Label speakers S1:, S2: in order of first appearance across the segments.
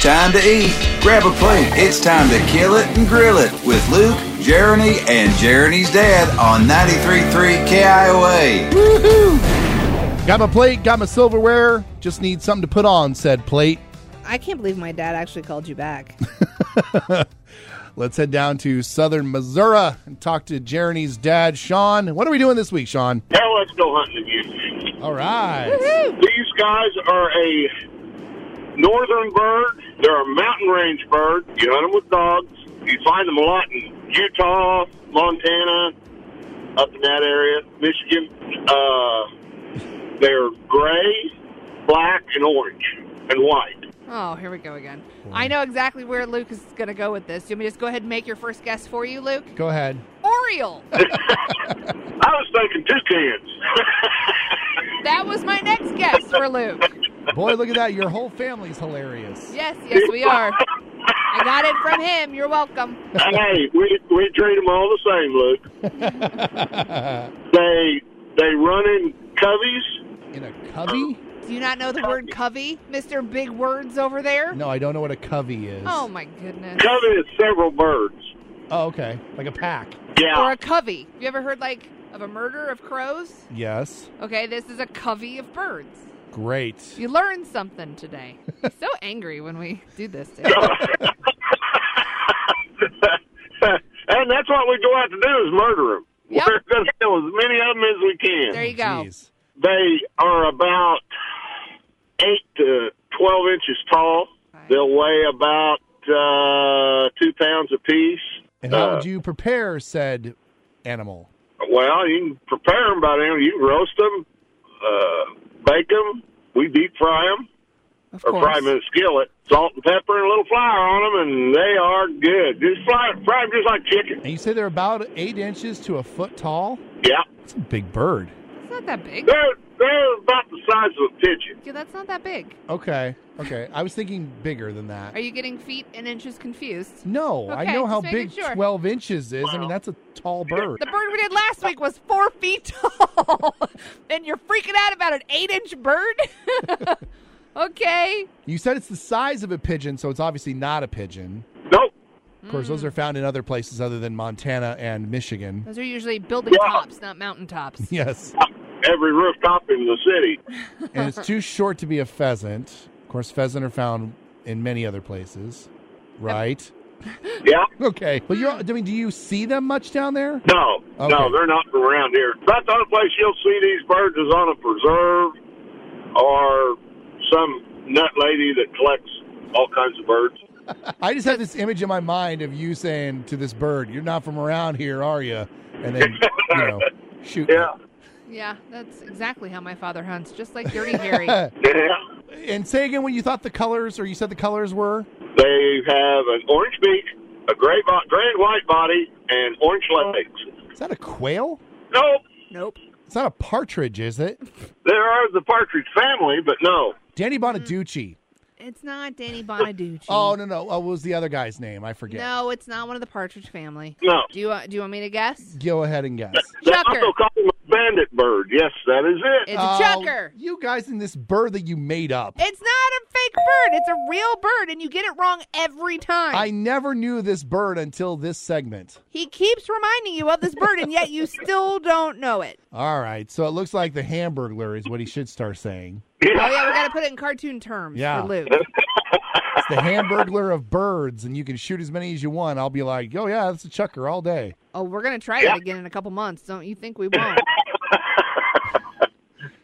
S1: time to eat. Grab a plate. It's time to kill it and grill it with Luke, Jeremy, and Jeremy's dad on 93.3 KIOA.
S2: Got my plate, got my silverware, just need something to put on said plate.
S3: I can't believe my dad actually called you back.
S2: Let's head down to southern Missouri and talk to Jeremy's dad, Sean. What are we doing this week, Sean?
S4: Now let's go hunting again.
S2: All right.
S4: These guys are a northern bird. They're a mountain range bird. You hunt them with dogs. You find them a lot in Utah, Montana, up in that area, Michigan. Uh, they're gray, black, and orange, and white.
S3: oh, here we go again. I know exactly where Luke is going to go with this. Do you want me to just go ahead and make your first guess for you, Luke?
S2: Go ahead.
S3: Oriole.
S4: I was thinking toucans.
S3: that was my next guess for Luke.
S2: Boy, look at that. Your whole family's hilarious.
S3: Yes, yes, we are. I got it from him. You're welcome.
S4: hey, we we treat them all the same, Luke. they they run in coveys.
S2: In a cubby?
S3: Do you not know the word covey, Mr. Big Words over there?
S2: No, I don't know what a covey is.
S3: Oh, my goodness.
S4: Covey is several birds.
S2: Oh, okay. Like a pack.
S4: Yeah.
S3: Or a covey. You ever heard, like, of a murder of crows?
S2: Yes.
S3: Okay, this is a covey of birds.
S2: Great.
S3: You learned something today. He's so angry when we do this. Today.
S4: and that's what we go out to do is murder them.
S3: Yep.
S4: We're going to kill as many of them as we can.
S3: There you go.
S2: Jeez.
S4: they are about eight to twelve inches tall. They'll weigh about uh, two pounds apiece.
S2: And how would you prepare said animal?
S4: Well, you can prepare them by then. You can roast them, uh, bake them. We deep fry them
S3: Of
S4: or fry
S3: course.
S4: them in a skillet. Salt and pepper and a little flour on them, and they are good. Just fry, fry them just like chicken.
S2: And you say they're about eight inches to a foot tall?
S4: Yeah,
S2: That's a big bird.
S3: It's not that big.
S4: they're they're about the size of a pigeon.
S3: Yeah, that's not that big.
S2: Okay. Okay. I was thinking bigger than that.
S3: Are you getting feet and inches confused?
S2: No, I
S3: Okay,
S2: know how
S3: just making
S2: big
S3: sure.
S2: 12 inches is. I mean, that's a tall bird.
S3: The bird we did last week was four feet tall, and you're freaking out about an eight-inch bird. okay.
S2: You said it's the size of a pigeon, so it's obviously not a pigeon.
S4: Nope.
S2: Of course,
S3: Hmm.
S2: those are found in other places other than Montana and Michigan.
S3: Those are usually building
S4: Yeah.
S3: tops, not mountain tops.
S2: Yes.
S4: Every rooftop in the city.
S2: And it's too short to be a pheasant. Of course, pheasant are found in many other places, right?
S4: Yeah.
S2: Okay. But
S3: Hmm.
S2: you're, I mean, do you see them much down there?
S4: No,
S2: Okay.
S4: no, they're not from around here. About the only place you'll see these birds is on a preserve or some nut lady that collects all kinds of birds.
S2: I just had this image in my mind of you saying to this bird, You're not from around here, are you? And then, you know, shoot.
S4: Yeah.
S3: Yeah, that's exactly how my father hunts, just like Dirty Harry.
S4: Yeah.
S2: And say again when you thought the colors, or you said the colors were?
S4: They have an orange beak, a gray, bo- gray and white body, and orange legs.
S2: Is that a quail?
S4: Nope.
S3: nope.
S2: It's not a partridge, is it?
S4: There are the partridge family, but no.
S2: Danny Bonaducci.
S3: Mm-hmm. It's not Danny Bonaducci.
S2: Oh no no! Oh, what was the other guy's name? I forget.
S3: No, it's not one of the Partridge family.
S4: No.
S3: Do you uh, do you want me to guess?
S2: Go ahead and guess.
S4: They
S3: Chucker.
S4: also call them a bandit bird. Yes, that is it.
S3: It's
S2: Oh,
S3: a chucker.
S2: You guys in this bird that you made up.
S3: It's not a fake bird. It's a real bird, and you get it wrong every time.
S2: I never knew this bird until this segment.
S3: He keeps reminding you of this bird, and yet you still don't know it.
S2: All right, so it looks like the Hamburglar is what he should start saying.
S3: Oh yeah, we got to put it in cartoon terms
S2: Yeah.
S3: for Luke.
S2: It's the Hamburglar of birds, and you can shoot as many as you want. I'll be like, oh yeah, that's a chucker all day.
S3: Oh, we're gonna try that again in a couple months. Don't you think we won't?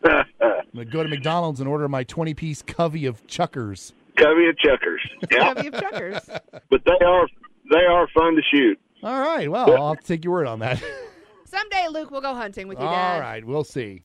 S2: I'm gonna go to McDonald's and order my 20 piece covey of chuckers.
S4: Covey of chuckers. Yeah.
S3: Covey of chuckers.
S4: but they are they are fun to shoot.
S2: All right, well I'll have to take your word on that.
S3: Someday, Luke, we'll go hunting with you,
S2: all
S3: Dad.
S2: right, we'll see.